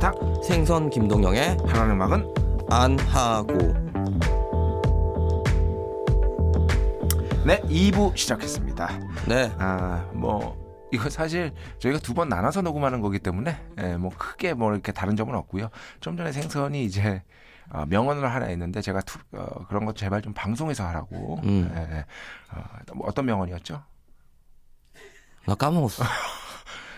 탁 생선 김동영의 하라는 음악은 안 하고 네 2부 시작했습니다. 네 아 뭐 이거 사실 저희가 두 번 나눠서 녹음하는 거기 때문에 예, 뭐 크게 뭐 이렇게 다른 점은 없고요. 좀 전에 생선이 이제 아, 명언을 하나 했는데 제가 투, 어, 그런 것 제발 좀 방송에서 하라고. 음. 예, 예. 어, 뭐 어떤 명언이었죠? 나 까먹었어.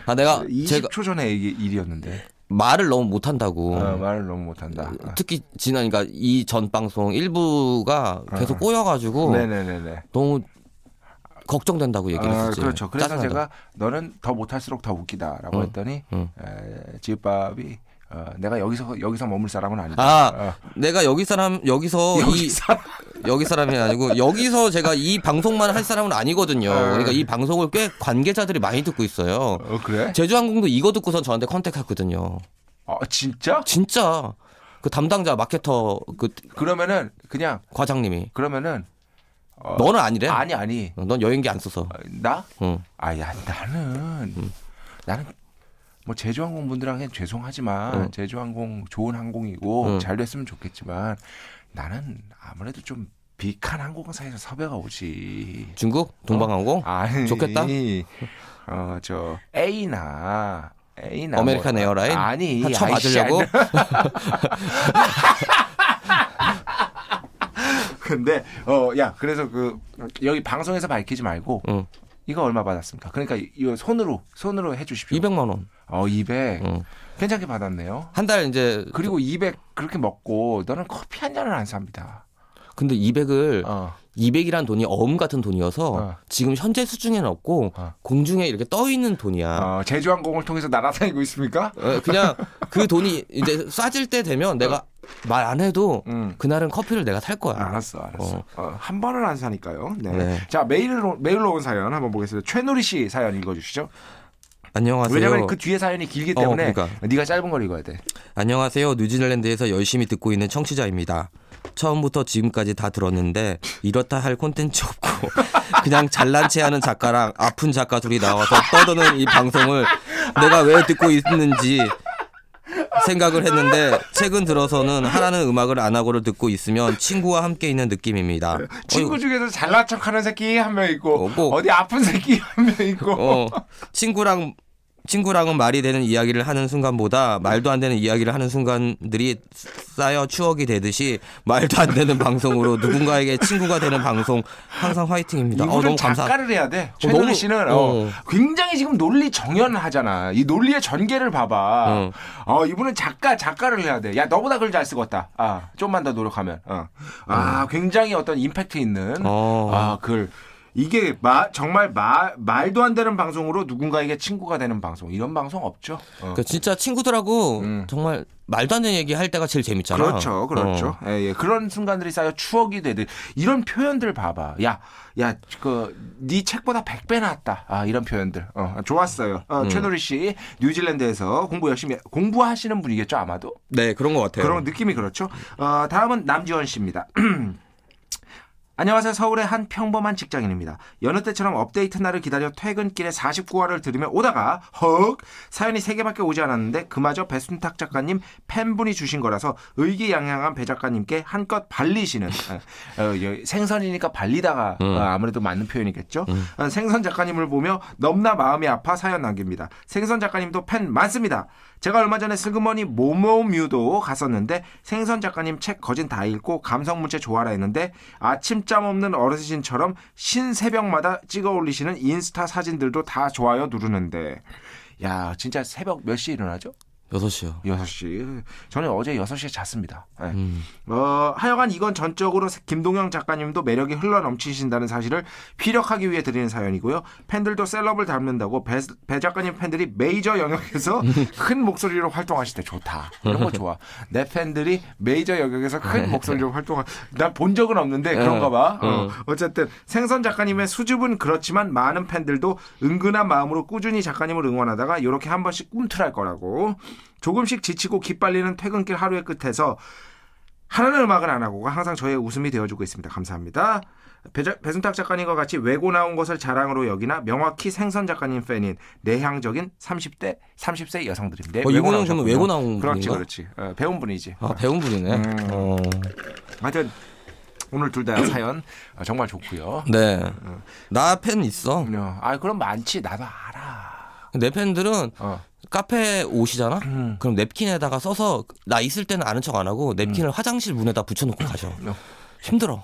아 내가 20초 제가 전에 얘기 일이었는데 말을 너무 못한다고. 아, 말을 너무 못한다. 아. 특히 지난 그러니까 이 전 방송 일부가 계속 꼬여가지고 아. 네네네네. 너무 걱정된다고 얘기를 아, 했었지. 그렇죠. 그래서 짜증나다. 어, 제가 너는 더 못할수록 더 웃기다라고 했더니 응. 에, 지읍밥이 어, 내가 여기서 여기서 머물 사람은 아니다. 아 내가 여기 사람 여기서 여기 이 사람. 여기 사람이 아니고 여기서 제가 이 방송만 할 사람은 아니거든요. 그러니까 이 방송을 꽤 관계자들이 많이 듣고 있어요. 어, 그래? 제주항공도 이거 듣고선 저한테 컨택했거든요. 아 진짜? 진짜 그 담당자 마케터 그 그러면은 그냥 과장님이 그러면은 어, 너는 아니래. 아니 아니 넌 여행기 안 써서. 어, 나? 응. 아야 나는 음. 나는 뭐 제주항공 분들한테 죄송하지만 응. 제주항공 좋은 항공이고 응. 잘 됐으면 좋겠지만 나는 아무래도 좀 비칸 항공사에서 섭외가 오지. 중국 어. 동방항공 아니 좋겠다? 어저 A나 A나 아메리칸 뭐- 에어라인 아니 한쳐 아이씨, 맞으려고 아니. 근데 어 야 그래서 그 여기 방송에서 밝히지 말고 응. 이거 얼마 받았습니까? 그러니까 이거 손으로 손으로 해주십시오. 200만 원. 어 200. 응. 괜찮게 받았네요. 한 달 이제 그리고 200 그렇게 먹고 너는 커피 한 잔을 안 삽니다. 근데 200을 어. 200이란 돈이 어음 같은 돈이어서 어. 지금 현재 수준에는 없고 어. 공중에 이렇게 떠 있는 돈이야. 어, 제주항공을 통해서 날아다니고 있습니까? 어, 그냥 그 돈이 이제 싸질 때 되면 내가 말 안 해도 어. 음. 그날은 커피를 내가 살 거야. 아, 알았어, 알았어. 어, 한 번을 안 사니까요. 네. 네. 자 메일로 메일로 온 사연 한번 보겠습니다. 최누리 씨 사연 읽어주시죠. 안녕하세요. 왜냐하면 그 뒤에 사연이 길기 어, 때문에 그러니까. 네가 짧은 걸 읽어야 돼. 안녕하세요. 뉴질랜드에서 열심히 듣고 있는 청취자입니다. 처음부터 지금까지 다 들었는데 이렇다 할 콘텐츠 없고 그냥 잘난 체하는 작가랑 아픈 작가 둘이 나와서 떠드는 이 방송을 내가 왜 듣고 있는지 생각을 했는데 최근 들어서는 하라는 음악을 안 하고를 듣고 있으면 친구와 함께 있는 느낌입니다. 친구 중에서 잘난 척하는 새끼 한 명 있고 어, 뭐. 어디 아픈 새끼 한 명 있고. 어, 친구랑 친구랑은 말이 되는 이야기를 하는 순간보다 말도 안 되는 이야기를 하는 순간들이 쌓여 추억이 되듯이 말도 안 되는 방송으로 누군가에게 친구가 되는 방송 항상 화이팅입니다. 어, 이분은 너무 감사. 작가를 해야 돼. 최누리 너무- 씨는 어, 어. 굉장히 지금 논리 정연하잖아. 이 논리의 전개를 봐봐. 어. 어, 이분은 작가 작가를 해야 돼. 야 너보다 글 잘 쓰겠다. 아 좀만 더 노력하면. 어. 아 굉장히 어떤 임팩트 있는 음. 어. 아, 글. 이게 마- 정말 마- 말도 안 되는 방송으로 누군가에게 친구가 되는 방송 이런 방송 없죠. 어. 그러니까 진짜 친구들하고 정말 말도 안 되는 얘기 할 때가 제일 재밌잖아. 그렇죠, 그렇죠. 어. 예, 예. 그런 순간들이 쌓여 추억이 되듯 이런 표현들 봐봐. 야, 야, 그네 책보다 100배 낫다. 아, 이런 표현들. 어, 좋았어요. 어, 음. 최노리 씨 뉴질랜드에서 공부 열심히 공부하시는 분이겠죠, 아마도. 네, 그런 것 같아요. 그런 느낌이 그렇죠. 어, 다음은 남지원 씨입니다. 안녕하세요. 서울의 한 평범한 직장인입니다. 여느 때처럼 업데이트 날을 기다려 퇴근길에 49화를 들으며 오다가 헉 사연이 3개밖에 오지 않았는데 그마저 배순탁 작가님 팬분이 주신 거라서 의기양양한 배 작가님께 한껏 발리시는 어, 어, 여- 생선이니까 발리다가 음. 어, 아무래도 맞는 표현이겠죠. 어, 생선 작가님을 보며 넘나 마음이 아파 사연 남깁니다. 생선 작가님도 팬 많습니다. 제가 얼마 전에 슬그머니 모모뮤도 갔었는데 생선 작가님 책 거진 다 읽고 감성 문체 좋아라 했는데 아침잠 없는 어르신처럼 신새벽마다 찍어 올리시는 인스타 사진들도 다 좋아요 누르는데 야 진짜 새벽 몇 시에 일어나죠? 6시요. 네, 6시. 저는 어제 6시에 잤습니다. 예. 어, 하여간 이건 전적으로 김동영 작가님도 매력이 흘러넘치신다는 사실을 피력하기 위해 드리는 사연이고요. 팬들도 셀럽을 닮는다고 배, 배 작가님 팬들이 메이저 영역에서 큰 목소리로 활동하실 때 좋다. 이런 거 좋아. 내 팬들이 메이저 영역에서 네. 큰 목소리로 활동하. 난 본 적은 없는데 그런가 봐. 어. 어쨌든 생선 작가님의 수줍은 그렇지만 많은 팬들도 은근한 마음으로 꾸준히 작가님을 응원하다가 이렇게 한 번씩 꿈틀할 거라고. 조금씩 지치고 기빨리는 퇴근길 하루의 끝에서 하라는 음악은 안 하고 항상 저의 웃음이 되어주고 있습니다. 감사합니다. 배자, 배순탁 작가님과 같이 외고 나온 것을 자랑으로 여기나 명확히 생선 작가님 팬인 내향적인 30대 30세 여성들입니다. 어, 이분은 그러면 나오셨군요. 외고 나온 그렇지 분인가? 그렇지 어, 배운 분이지. 아, 배운 분이네. 음. 어. 하여튼 오늘 둘 다 사연 어, 정말 좋고요. 네. 나 팬 있어. 어, 아 그럼 많지 나도 알아. 내 팬들은 어. 카페 옷이잖아? 음. 그럼 냅킨에다가 써서 나 있을 때는 아는 척 안 하고 음. 냅킨을 화장실 문에다 붙여놓고 가셔. 힘들어.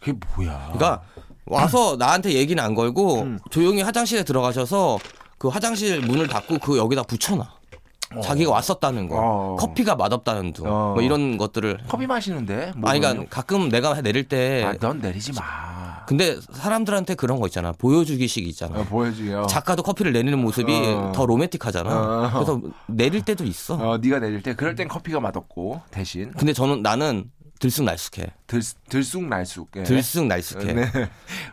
그게 뭐야? 그러니까 와서 나한테 얘기는 안 걸고 음. 조용히 화장실에 들어가셔서 그 화장실 문을 닫고 그 여기다 붙여놔. 자기가 왔었다는 거, 어. 커피가 맛없다는 둥, 어. 뭐 이런 것들을. 커피 마시는데? 뭐 아니, 그러니까 네. 가끔 내가 내릴 때, 아, 넌 내리지 마. 근데 사람들한테 그런 거 있잖아. 보여주기식 있잖아. 어, 보여주요. 작가도 커피를 내리는 모습이 어. 더 로맨틱하잖아. 어. 그래서 내릴 때도 있어. 어, 네가 내릴 때 그럴 땐 커피가 맛없고 대신 근데 저는 나는 들쑥날쑥해. 들, 들쑥날쑥. 예. 들쑥날쑥해. 네.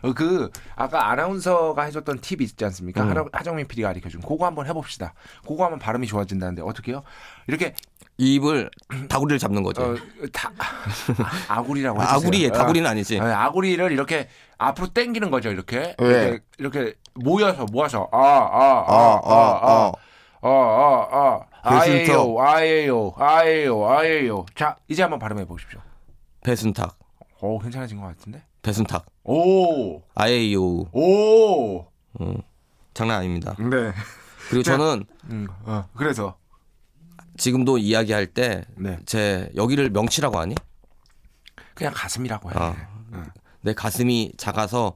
어, 그 아까 아나운서가 해줬던 팁 있지 않습니까? 음. 하라- 하정민 PD가 가르쳐준 그거 한번 해봅시다. 그거 하면 발음이 좋아진다는데 어떻게요? 이렇게 입을 다구리를 잡는 거죠. 어, 다, 아, 아구리라고 네. 아, 해주세요. 아구리, 다구리는 아니지. 아, 아구리를 이렇게 앞으로 당기는 거죠. 이렇게 왜? 이렇게, 이렇게 모여서 모아서 어, 아아아아아아아아 아예요 배순터. 아예요 아예요 아예요. 자 이제 한번 발음해 보십시오. 배순탁, 오 괜찮아진 것 같은데. 배순탁. 오 아예요. 오. 장난 아닙니다. 네. 그리고 저는 음, 어, 그래서 지금도 이야기할 때 제 네. 여기를 명치라고 하니? 그냥 가슴이라고 해. 아. 내 가슴이 작아서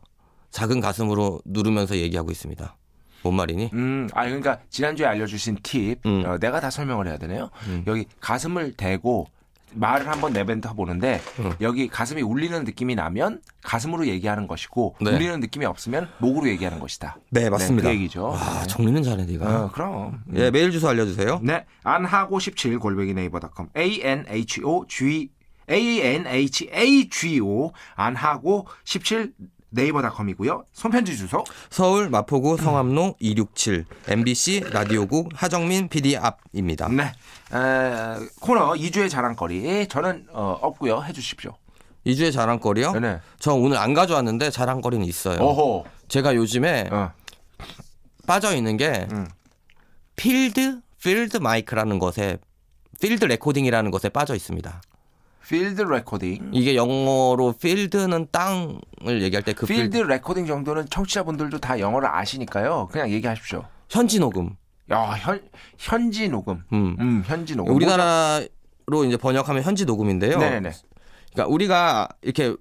작은 가슴으로 누르면서 얘기하고 있습니다. 뭔 말이니? 음, 아 그러니까 지난주에 알려주신 팁, 음. 어, 내가 다 설명을 해야 되네요. 여기 가슴을 대고 말을 한번 내뱉어 보는데 음. 여기 가슴이 울리는 느낌이 나면 가슴으로 얘기하는 것이고 네. 울리는 느낌이 없으면 목으로 얘기하는 것이다. 네, 네, 그 얘기죠. 와, 정리는 잘해 네가. 어, 그럼. 예, 메일 주소 알려주세요. 네, 안하고 17 골뱅이 네이버닷컴 a n h o g a n h a g o 안하고 17 네이버닷컴이고요. 손편지 주소 서울 마포구 성암로 267 MBC 라디오국 하정민 PD 앞입니다. 네. 에, 코너 2주의 자랑거리. 저는 어, 없고요. 해 주십시오. 이주의 자랑거리요? 네. 저 오늘 안 가져왔는데 자랑거리는 있어요. 어호. 제가 요즘에 어. 빠져 있는 게 음. 필드 필드 마이크라는 것에 필드 레코딩이라는 것에 빠져 있습니다. 필드 레코딩. 이게 영어로 필드는 땅을 얘기할 때 그 필드, 필드 레코딩 정도는 청취자분들도 다 영어를 아시니까요. 그냥 얘기하십시오. 현지 녹음. 야, 현 현지 녹음. 음. 음, 현지 녹음. 우리나라로 이제 번역하면 현지 녹음인데요. 네, 네. 그러니까 우리가 이렇게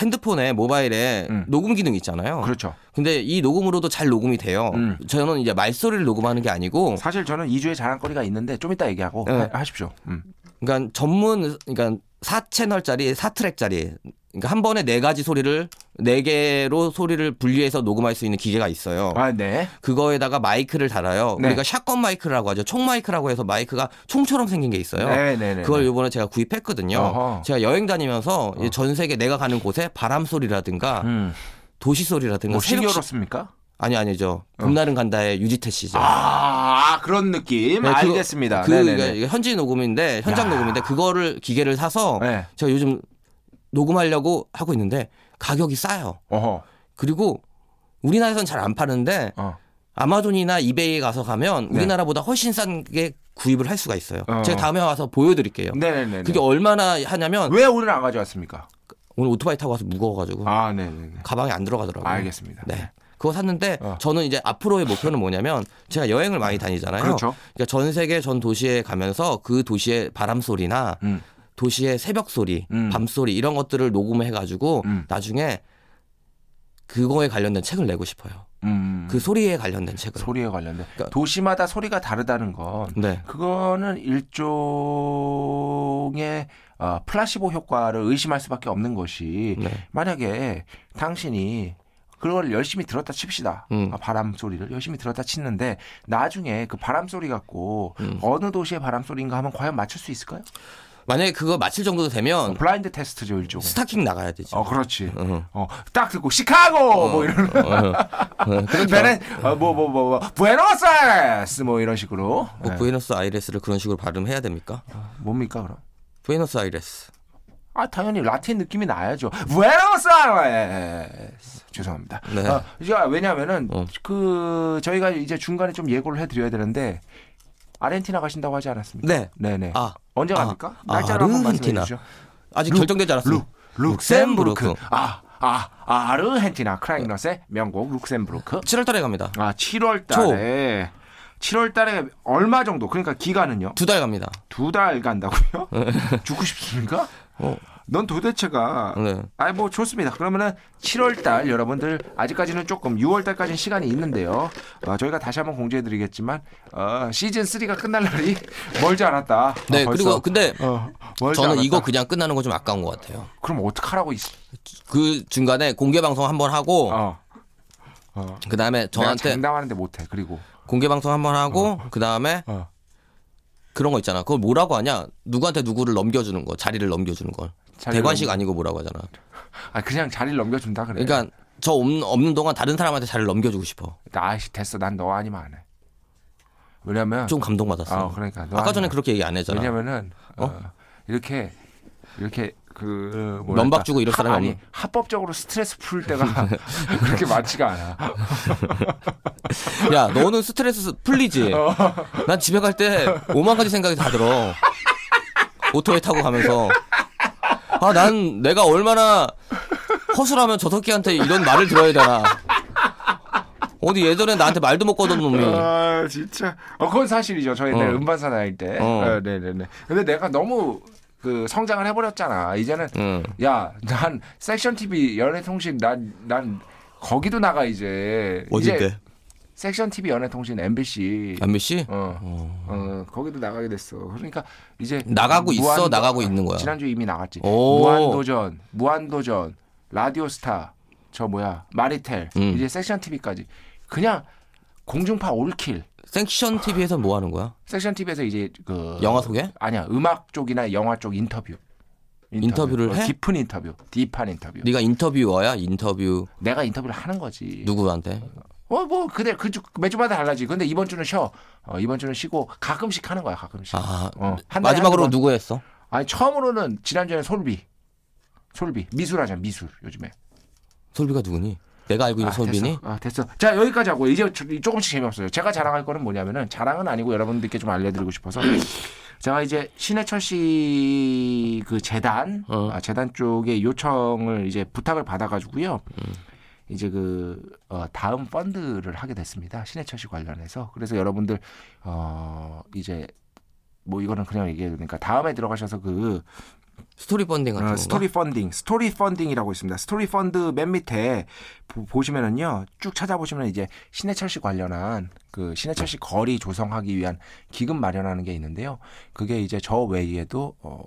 핸드폰에 모바일에 음. 녹음 기능 이 있잖아요. 그렇죠. 근데 이 녹음으로도 잘 녹음이 돼요. 음. 저는 이제 말소리를 녹음하는 게 아니고 사실 저는 2주의 자랑거리가 있는데 좀 이따 얘기하고 네. 하, 십시오 음. 그러니까 전문 그러니까 4채널짜리 4트랙짜리 그러니까 한 번에 네 가지 소리를 네 개로 소리를 분리해서 녹음할 수 있는 기계가 있어요. 아, 네. 그거에다가 마이크를 달아요. 네. 우리가 샷건 마이크라고 하죠. 총 마이크라고 해서 마이크가 총처럼 생긴 게 있어요. 네, 네, 네. 그걸 요번에 제가 구입했거든요. 어허. 어. 제가 여행 다니면서 이전 세계 내가 가는 곳에 바람 소리라든가 음. 도시 소리라든가 뭐 새벽 시... 신기하습니까 아니 아니죠. 봄날은 간다의 유지태 씨죠. 아, 그런 느낌. 네, 그거- 알겠습니다. 그 네, 네, 네. 이게 현지 녹음인데 현장 야. 녹음인데 그거를 기계를 사서 네. 제가 요즘 녹음하려고 하고 있는데 가격이 싸요. 어허. 그리고 우리나라에선 잘 안 파는데 어. 아마존이나 이베이 가서 가면 네. 우리나라보다 훨씬 싼 게 구입을 할 수가 있어요. 어. 제가 다음에 와서 보여드릴게요. 네, 네, 네. 그게 오늘은 얼마나 하냐면 왜 오늘 안 가져왔습니까? 오늘 오토바이 타고 와서 무거워가지고 아, 네, 네, 네. 가방에 안 들어가더라고요. 알겠습니다. 그 네. 그거 샀는데 어. 저는 이제 앞으로의 목표는 뭐냐면 제가 여행을 많이 다니잖아요. 그렇죠. 그러니까 전 세계 전 도시에 가면서 그 도시의 바람 소리나 음. 도시의 새벽 소리, 음. 밤 소리 이런 것들을 녹음해 가지고 음. 나중에 그거에 관련된 책을 내고 싶어요. 음. 그 소리에 관련된 책을. 소리에 관련된 그러니까- 도시마다 소리가 다르다는 건 네. 그거는 일종의 어, 플라시보 효과를 의심할 수밖에 없는 것이 네. 만약에 당신이 그걸 열심히 들었다 칩시다. 음. 아, 바람 소리를 열심히 들었다 치는데 나중에 그 바람 소리 갖고 음. 어느 도시의 바람 소리인가 하면 과연 맞출 수 있을까요? 만약에 그거 맞힐 정도 되면 블라인드 테스트죠 일종. 스타킹 나가야 되지. 어 그렇지. 어. 어, 딱 듣고 시카고 뭐 이런 어, 어. 베네 뭐뭐 뭐 뭐 부에노스아이레스 뭐 이런 식으로 뭐 네. 부에노스 아이레스를 그런 식으로 발음해야 됩니까? 뭡니까 그럼 부에노스아이레스. 아 당연히 라틴 느낌이 나야죠. 부에노스아이레스 죄송합니다. 네. 아, 이제 왜냐하면은 어. 그 저희가 이제 중간에 좀 예고를 해드려야 되는데 아르헨티나 가신다고 하지 않았습니까? 네. 네네. 아 언제 아, 갑니까? 아, 날짜를 한번 말씀해 아르헨티나. 주시죠. 아직 룩, 결정되지 않았어요. 룩, 룩셈부르크. 아, 아, 아, 아르헨티나 크라잉넛의 명곡 룩셈부르크. 7월달에 갑니다. 아, 7월 달에 7월 달에 얼마 정도? 그러니까 기간은요? 두 달 갑니다. 두 달 간다고요? 죽고 싶습니까? 어. 넌 도대체가 네. 아이 뭐 좋습니다. 그러면은 7월 달 여러분들 아직까지는 조금 6월 달까지는 시간이 있는데요. 어, 저희가 다시 한번 공지해 드리겠지만 어, 시즌 3가 끝날 날이 멀지 않았다. 네. 아, 벌써. 그리고 근데 어, 멀지 저는 않았다. 이거 그냥 끝나는 거 좀 아까운 것 같아요. 그럼 어떡하라고 있어? 그 중간에 공개 방송 한번 하고 어. 어. 그 다음에 내가 저한테 장담하는데 못해. 그리고 공개 방송 한번 하고 그 다음에 어. 그런 거 있잖아. 그걸 뭐라고 하냐? 누구한테 누구를 넘겨주는 거, 자리를 넘겨주는 걸. 자리를 대관식 아니고 뭐라고 하잖아. 아 그냥 자리를 넘겨준다 그래. 그러니까 저 없는, 없는 동안 다른 사람한테 자리를 넘겨주고 싶어. 그러니까 아씨 됐어. 난 너 아니면 안 해. 왜냐면 좀 감동받았어. 아 그러니까 너 아까 아니면 전에 그렇게 얘기 안 했잖아. 왜냐면은 어? 이렇게 이렇게 그 뭐랄까, 면박 주고 이럴 합- 사람이 네. 아니 없는- 합법적으로 스트레스 풀 때가 그렇게 많지가 않아. 야, 너는 스트레스 풀리지. 어. 난 집에 갈 때 오만 가지 생각이 다 들어. 오토에 타고 가면서 아, 난 내가 얼마나 허술하면 저 새끼한테 이런 말을 들어야 되나. 어디 예전에 나한테 말도 못 거던 놈이. 아 진짜. 어 그건 사실이죠. 저 옛날 네. 어. 음반사 다닐 때. 어. 어, 네네네. 근데 내가 너무 그 성장을 해버렸잖아. 이제는 응. 야 난 섹션 TV 연애통신 난 난 거기도 나가 이제. 이제 어딘데? 섹션 TV 연애통신 MBC. 안미 씨? 어, 어, 거기도 나가게 됐어. 그러니까 이제 나가고 있어, 무한도- 아, 나가고 있는 거야? 지난주 에 이미 나갔지. 오. 무한도전, 무한도전, 라디오스타, 저 뭐야 마리텔, 음. 이제 섹션 TV까지 그냥 공중파 올킬. 섹션 TV에서 뭐 하는 거야? 섹션 TV에서 이제 그 영화 소개? 아니야 음악 쪽이나 영화 쪽 인터뷰. 인터뷰를 어, 해? 깊은 인터뷰, 딥한 인터뷰. 네가 인터뷰어야? 인터뷰 내가 인터뷰를 하는 거지. 누구한테? 어, 뭐 그대 그주 매주마다 달라지. 근데 이번 주는 쉬어. 어, 이번 주는 쉬고 가끔씩 하는 거야, 가끔씩. 아, 어, 한 달에 마지막으로 한두 번. 누구 했어? 아니 처음으로는 지난주에는 솔비 솔비 미술하잖아 미술 요즘에 솔비가 누구니? 내가 알고 있는 아, 솔비니? 됐어. 아 됐어 자 여기까지 하고 이제 조- 조금씩 재미없어요 제가 자랑할 거는 뭐냐면은 자랑은 아니고 여러분들께 좀 알려드리고 싶어서 제가 이제 신해철 씨 그 재단 어. 아, 재단 쪽에 요청을 이제 부탁을 받아가지고요 음. 이제 그 어, 다음 펀드를 하게 됐습니다 신해철 씨 관련해서 그래서 여러분들 어 이제 뭐 이거는 그냥 얘기해도 되니까 다음에 들어가셔서 그 스토리 펀딩 같은 어, 거. 스토리 펀딩, 스토리 펀딩이라고 있습니다. 스토리 펀드 맨 밑에 보, 보시면은요, 쭉 찾아보시면 이제 신해철 씨 관련한 그 신해철 네. 씨 거리 조성하기 위한 기금 마련하는 게 있는데요. 그게 이제 저 외에도 어,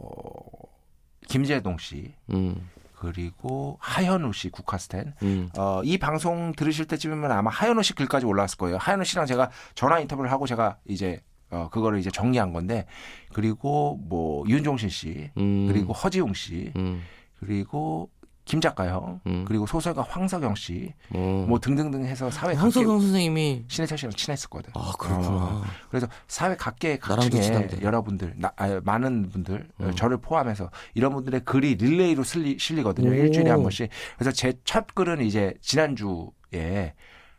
김재동 씨 음, 그리고 하현우 씨 국카스텐. 음. 어, 이 방송 들으실 때쯤이면 아마 하현우 씨 글까지 올라왔을 거예요. 하현우 씨랑 제가 전화 인터뷰를 하고 제가 이제 어, 그거를 이제 정리한 건데 그리고 뭐 윤종신 씨 음. 그리고 허지웅 씨 음. 그리고 김 작가 형 음. 그리고 소설가 황석영 씨 뭐 어. 등등등 해서 사회 각계 황석영 선생님이 신해철 씨랑 친했었거든. 아 그렇구나. 어, 그래서 사회 각계 나랑도 각층의 친한데. 여러분들 나- 아, 많은 분들 어, 저를 포함해서 이런 분들의 글이 릴레이로 슬리, 실리거든요. 일주일에 한 번씩. 그래서 제 첫 글은 이제 지난주에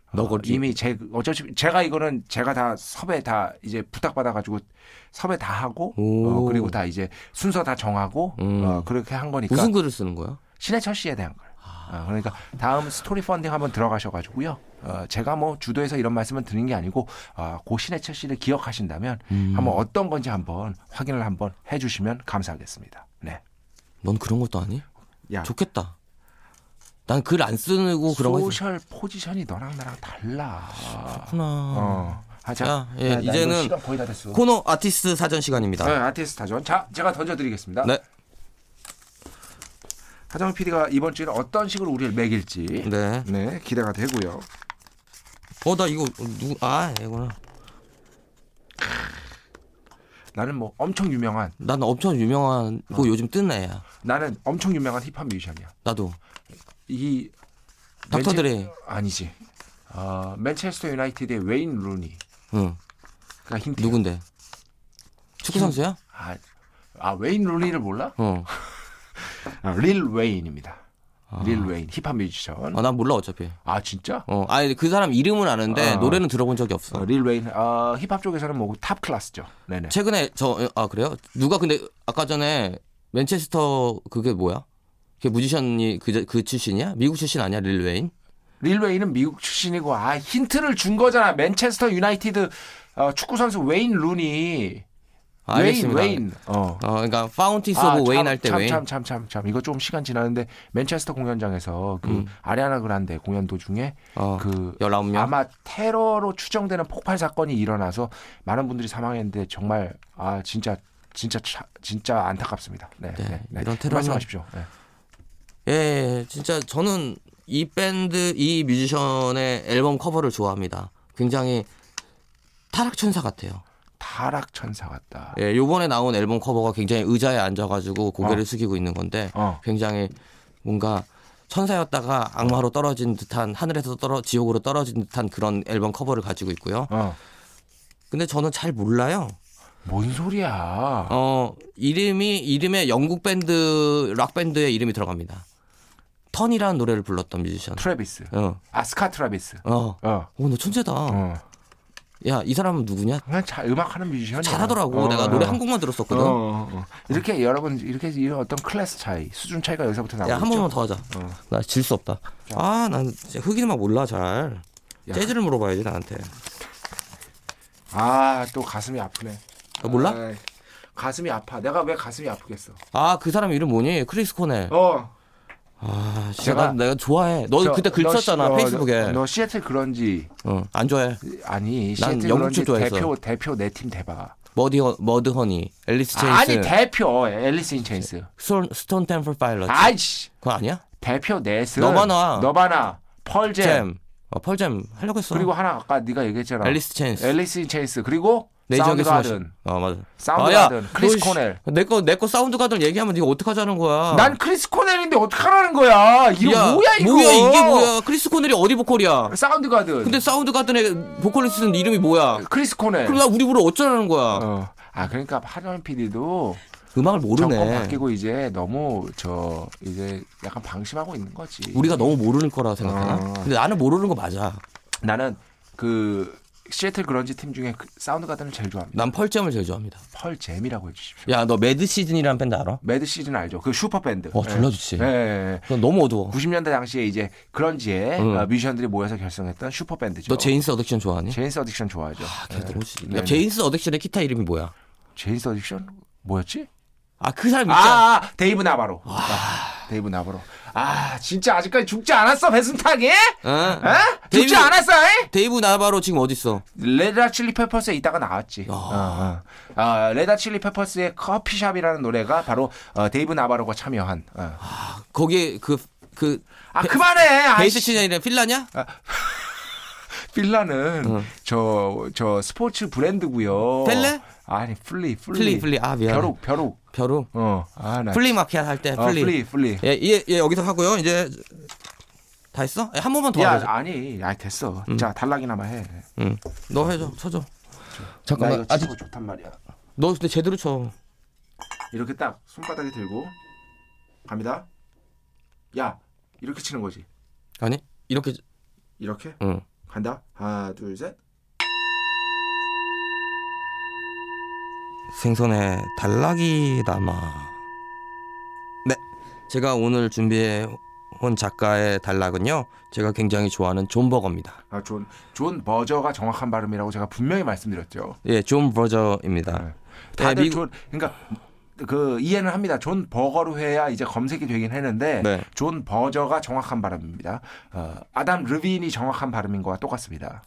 어, 너거지. 이미 제 어차피 제가 이거는 제가 다 섭외 다 이제 부탁받아 가지고 섭외 다 하고 어, 오. 그리고 다 이제 순서 다 정하고 어, 그렇게 한 거니까 무슨 글을 쓰는 거야? 신해철 씨에 대한 걸. 어, 그러니까 다음 스토리 펀딩 한번 들어가셔가지고요. 어, 제가 뭐 주도해서 이런 말씀을 드린 게 아니고 어, 고 신해철 씨를 기억하신다면 음. 한번 어떤 건지 한번 확인을 한번 해주시면 감사하겠습니다. 네. 넌 그런 것도 아니? 야, 좋겠다. 난 글 안 쓰고 그런 거 해서 소셜 포지션이 너랑 나랑 달라. 좋구나. 어. 아, 자, 야, 예, 나 이거 이제는 시간 거의 다 됐어. 코너 아티스트 사전 시간입니다. 네, 아티스트 하전. 자, 제가 던져드리겠습니다. 네. 하정우 PD가 이번 주에는 어떤 식으로 우리를 매길지. 네. 네, 기대가 되고요. 어, 나 이거 누구 아, 이거나. 나는 뭐 엄청 유명한, 난 엄청 유명하고 요즘 뜬 애야. 나는 엄청 유명한 힙합 뮤지션이야. 나도 이 닥터 맨체- 드레. 아니지. 어, 맨체스터 유나이티드의 웨인 루니가 응. 아, 힌트. 누군데? 축구 선수야? 아, 아 웨인 루니를 몰라? 어. 아, 릴 웨인입니다. 릴 웨인 힙합 뮤지션. 아, 난 몰라 어차피. 아 진짜? 어. 아니 그 사람 이름은 아는데 노래는 들어본 적이 없어. 어, 릴 웨인 어, 힙합 쪽에서는 뭐 탑 클래스죠. 네네. 최근에 저 아 그래요? 누가 근데 아까 전에 맨체스터 그게 뭐야? 그 뮤지션이 그, 그 출신이야? 미국 출신 아니야 릴 웨인? 릴 웨인은 미국 출신이고 아 힌트를 준 거잖아. 맨체스터 유나이티드 어, 축구 선수 웨인 루니. 아, 알겠습니다. 웨인 웨인. 어. 어, 그러니까 파운틴스 오브 웨인 할 때 웨인. 아, 참참참참 이거 조금 시간 지났는데 맨체스터 공연장에서 그 아리아나 그란데 공연 도중에 음. 어, 그 19명. 아마 테러로 추정되는 폭발 사건이 일어나서 많은 분들이 사망했는데 정말 아 진짜 진짜 차- 진짜 안타깝습니다. 네, 네, 네, 네. 이런 테러는- 말씀하십시오. 네. 예, 진짜 저는 이 밴드, 이 뮤지션의 앨범 커버를 좋아합니다. 굉장히 타락천사 같아요. 타락 천사 같다. 예, 요번에 나온 앨범 커버가 굉장히 의자에 앉아가지고 고개를 숙이고 있는 건데 어. 굉장히 뭔가 천사였다가 악마로 떨어진 듯한 하늘에서 떨어 지옥으로 떨어진 듯한 그런 앨범 커버를 가지고 있고요. 어. 근데 저는 잘 몰라요. 뭔 소리야? 어 이름이 이름에 영국 밴드 락 밴드의 이름이 들어갑니다. 턴이라는 노래를 불렀던 뮤지션. 트래비스. 어, 아 스카 트래비스. 어, 어. 오, 너 천재다. 어. 야, 이 사람은 누구냐? 그냥 자, 음악하는 뮤지션이야. 잘하더라고. 어, 내가 노래 어. 한 곡만 들었었거든. 어, 어, 어. 이렇게 여러분 이렇게 이런 어떤 클래스 차이, 수준 차이가 여기서부터 나오죠. 야, 한 번만 더 하자. 어. 나 질 수 없다. 아, 난 진짜 흑인 음악 몰라 잘. 야. 재즈를 물어봐야지 나한테. 아, 또 가슴이 아프네. 아, 몰라? 아이, 가슴이 아파. 내가 왜 가슴이 아프겠어? 아, 그 사람 이름 뭐니? 크리스 코넬. 어. 아, 진짜 제가- 난 내가 좋아해. 너 저, 그때 글 너 시- 썼잖아 어, 페이스북에. 너, 너 시애틀 그런지 어, 안 좋아해. 아니 난 시애틀 영국 그런지 쪽 좋아했어. 대표 대표 내 팀 대봐. 머디 허- 머드 허니, 앨리스 아, 아니 체인스, 대표 앨리스 인 체인스. 스톤, 스톤 템플 파일럿. 아이씨 그거 아니야? 대표 넷은 너바나. 너바나 펄잼 잼. 어, 펄잼 하려고 했어. 네. 그리고 하나 아까 네가 얘기했잖아. 앨리스 체인스. 앨리스 인 체인스 그리고 내 지역의 사운드가든. 숨어쉬- 어 맞아. 사운드 아, 야, 가든, 크리스 너 씨, 코넬. 내 거 내 거 사운드 가든 얘기하면 네가 어떡 하자는 거야. 난 크리스 코넬인데 어떡하라는 거야? 이거 뭐야 이거? 게 뭐야? 크리스 코넬이 어디 보컬이야? 사운드 가든. 근데 사운드 가든의 보컬리스트는 이름이 뭐야? 크리스 코넬. 그럼 나 우리 부러 어쩌라는 거야? 네. 어. 아 그러니까 하정 PD도 음악을 정권 모르네. 바뀌고 이제 너무 저 이제 약간 방심하고 있는 거지. 우리가 너무 모르는 거라 생각하나? 어. 근데 나는 모르는 거 맞아. 나는 그 시애틀 그런지 팀 중에 그 사운드 가든을 제일 좋아합니다. 난 펄잼을 제일 좋아합니다. 펄 잼이라고 해주십시오. 야, 너 매드 시즌이라는 밴드 알아? 매드 시즌 알죠? 그 슈퍼 밴드. 와, 졸라 좋지. 예, 예, 예. 그건 너무 어두워. 90년대 당시에 이제 그런지에 응. 어, 뮤지션들이 모여서 결성했던 슈퍼 밴드죠. 너 제인스 어딕션 좋아하니? 제인스 어딕션 좋아하죠. 아, 걔 너무 좋지. 네, 야, 네. 제인스 어딕션의 기타 이름이 뭐야? 제인스 어딕션 뭐였지? 아, 그 사람 있잖아. 아, 아, 데이브 나바로. 아, 데이브 나바로. 아, 진짜 아직까지 죽지 않았어, 배순탁이? 어? 어? 데이브- 죽지 않았어, 에? 데이브 나바로 지금 어디 있어? 레다 칠리 페퍼스에 있다가 나왔지. 어, 어. 아, 레다 칠리 페퍼스의 커피숍이라는 노래가 바로 어, 데이브 나바로가 참여한. 어. 거기에 그그 아, 그만해! 아, 베이스 씨. 아. 치는 이름 필라냐? 필라는 저, 저 스포츠 브랜드고요 펠레? 아니, 플리, 플리. 플리 플리 아 미안. 벼룩, 벼룩. 벼룩. 어, 아, 나. 플리 마켓 할 때 어, 플리. 플리, 플리. 예, 예, 예, 여기서 하고요. 이제 다 했어? 예, 한 번만 더 야, 하자. 아니, 아 됐어. 자, 단락이나마 해. 응. 너 해줘. 쳐줘. 나 잠깐만. 이거 아직 치고 좋단 말이야. 너 근데 제대로 쳐. 이렇게 딱 손바닥에 들고 갑니다. 야 이렇게 치는 거지. 아니? 이렇게 이렇게 응. 간다. 하나 둘 셋. 생선에 달락이 남아. 네. 제가 오늘 준비해 온 작가의 단락은요. 제가 굉장히 좋아하는 존 버거입니다. 아존존 버저가 정확한 발음이라고 제가 분명히 말씀드렸죠. 예, 존 버저입니다. 네. 예, 다들 네, 미국- 존 그러니까 그 이해는 합니다. 존 버거로 해야 이제 검색이 되긴 했는데 네. 존 버저가 정확한 발음입니다. 어, 아담 르빈이 정확한 발음인 거와 똑같습니다.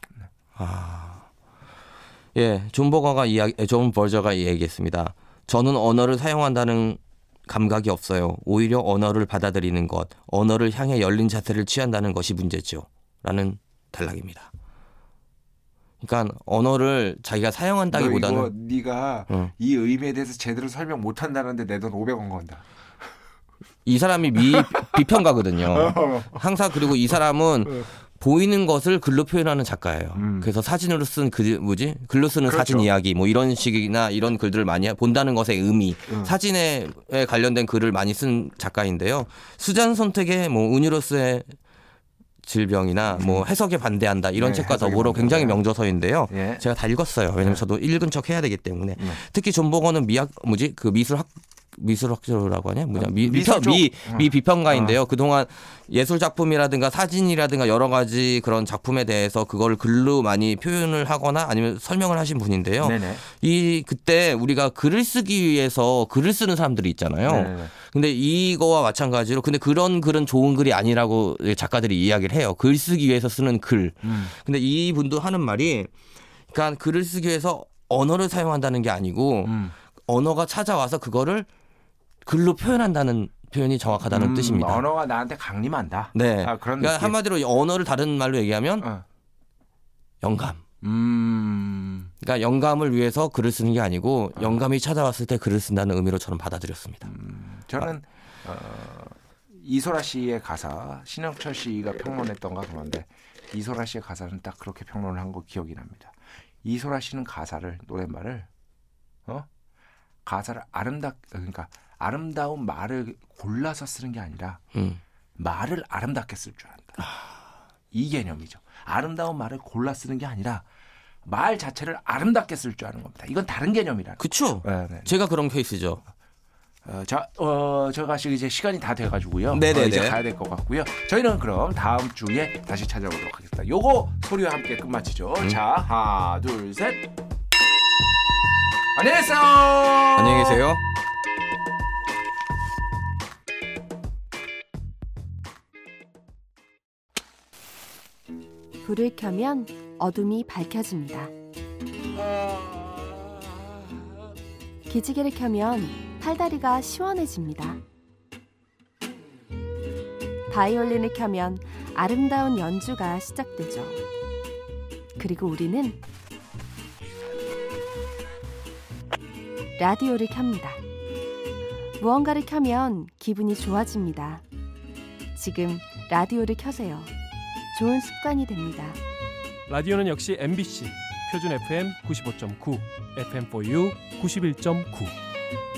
예, 존 버거가 이야기, 에, 존 버저가 얘기했습니다. 저는 언어를 사용한다는 감각이 없어요. 오히려 언어를 받아들이는 것, 언어를 향해 열린 자세를 취한다는 것이 문제죠. 라는 단락입니다. 그러니까 언어를 자기가 사용한다기보다는 어. 너 이거 네가 응. 이 의미에 대해서 제대로 설명 못 한다는데 내 돈 500원 건다. 네. 이 사람이 미 비평가거든요. 항상 그리고 이 사람은 보이는 것을 글로 표현하는 작가예요. 음. 그래서 사진으로 쓴 글, 뭐지? 글로 쓰는 그렇죠. 사진 이야기, 뭐 이런 식이나 이런 글들을 많이 본다는 것의 의미, 음. 사진에 에 관련된 글을 많이 쓴 작가인데요. 수잔 선택의 뭐 은유로스의 질병이나 뭐 해석에 반대한다 이런 음. 네, 책과 해석에 더불어 반대한다. 굉장히 명저서인데요. 예. 제가 다 읽었어요. 왜냐면 저도 읽은 척 해야 되기 때문에 네. 특히 존버거는 미학 뭐지 그 미술학 미술학자라고 하냐 뭐냐 미, 아, 미술 미평- 쪽. 아. 미, 미 비평가인데요. 그동안 예술 작품이라든가 사진이라든가 여러 가지 그런 작품에 대해서 그걸 글로 많이 표현을 하거나 아니면 설명을 하신 분인데요. 네네. 이 그때 우리가 글을 쓰기 위해서 글을 쓰는 사람들이 있잖아요. 네네네. 근데 이거와 마찬가지로 근데 그런 글은 좋은 글이 아니라고 작가들이 이야기를 해요. 글 쓰기 위해서 쓰는 글. 음, 근데 이 분도 하는 말이 그러니까 글을 쓰기 위해서 언어를 사용한다는 게 아니고 음. 언어가 찾아와서 그거를 글로 표현한다는 표현이 정확하다는 음, 뜻입니다. 언어가 나한테 강림한다. 네. 아, 그런 그러니까 느낌. 한마디로 이 언어를 다른 말로 얘기하면 어. 영감. 음. 그러니까 영감을 위해서 글을 쓰는 게 아니고 영감이 찾아왔을 때 글을 쓴다는 의미로 저는 받아들였습니다. 음. 저는 어, 이소라 씨의 가사 신영철 씨가 평론했던가 그런데 이소라 씨의 가사는 딱 그렇게 평론을 한 거 기억이 납니다. 이소라 씨는 가사를 노랫말을 어 가사를 아름다 그러니까 아름다운 말을 골라서 쓰는 게 아니라 음. 말을 아름답게 쓸 줄 안다. 이 개념이죠. 아름다운 말을 골라 쓰는 게 아니라 말 자체를 아름답게 쓸 줄 아는 겁니다. 이건 다른 개념이라는. 그쵸? 아, 거. 네, 네. 제가 그런 케이스죠. 어, 자, 어, 저희가 지금 이제 시간이 다 돼가지고요. 네네네. 어, 이제 가야 될 것 같고요. 저희는 그럼 다음 주에 다시 찾아오도록 하겠습니다. 요거 소리와 함께 끝마치죠. 음. 자, 하나, 둘, 셋. 안녕히 계세요. 안녕히 계세요. 불을 켜면 어둠이 밝혀집니다. 기지개를 켜면 팔다리가 시원해집니다. 바이올린을 켜면 아름다운 연주가 시작되죠. 그리고 우리는 라디오를 켭니다. 무언가를 켜면 기분이 좋아집니다. 지금 라디오를 켜세요. 좋은 습관이 됩니다. 라디오는 역시 MBC 표준 FM 95.9 FM4U 91.9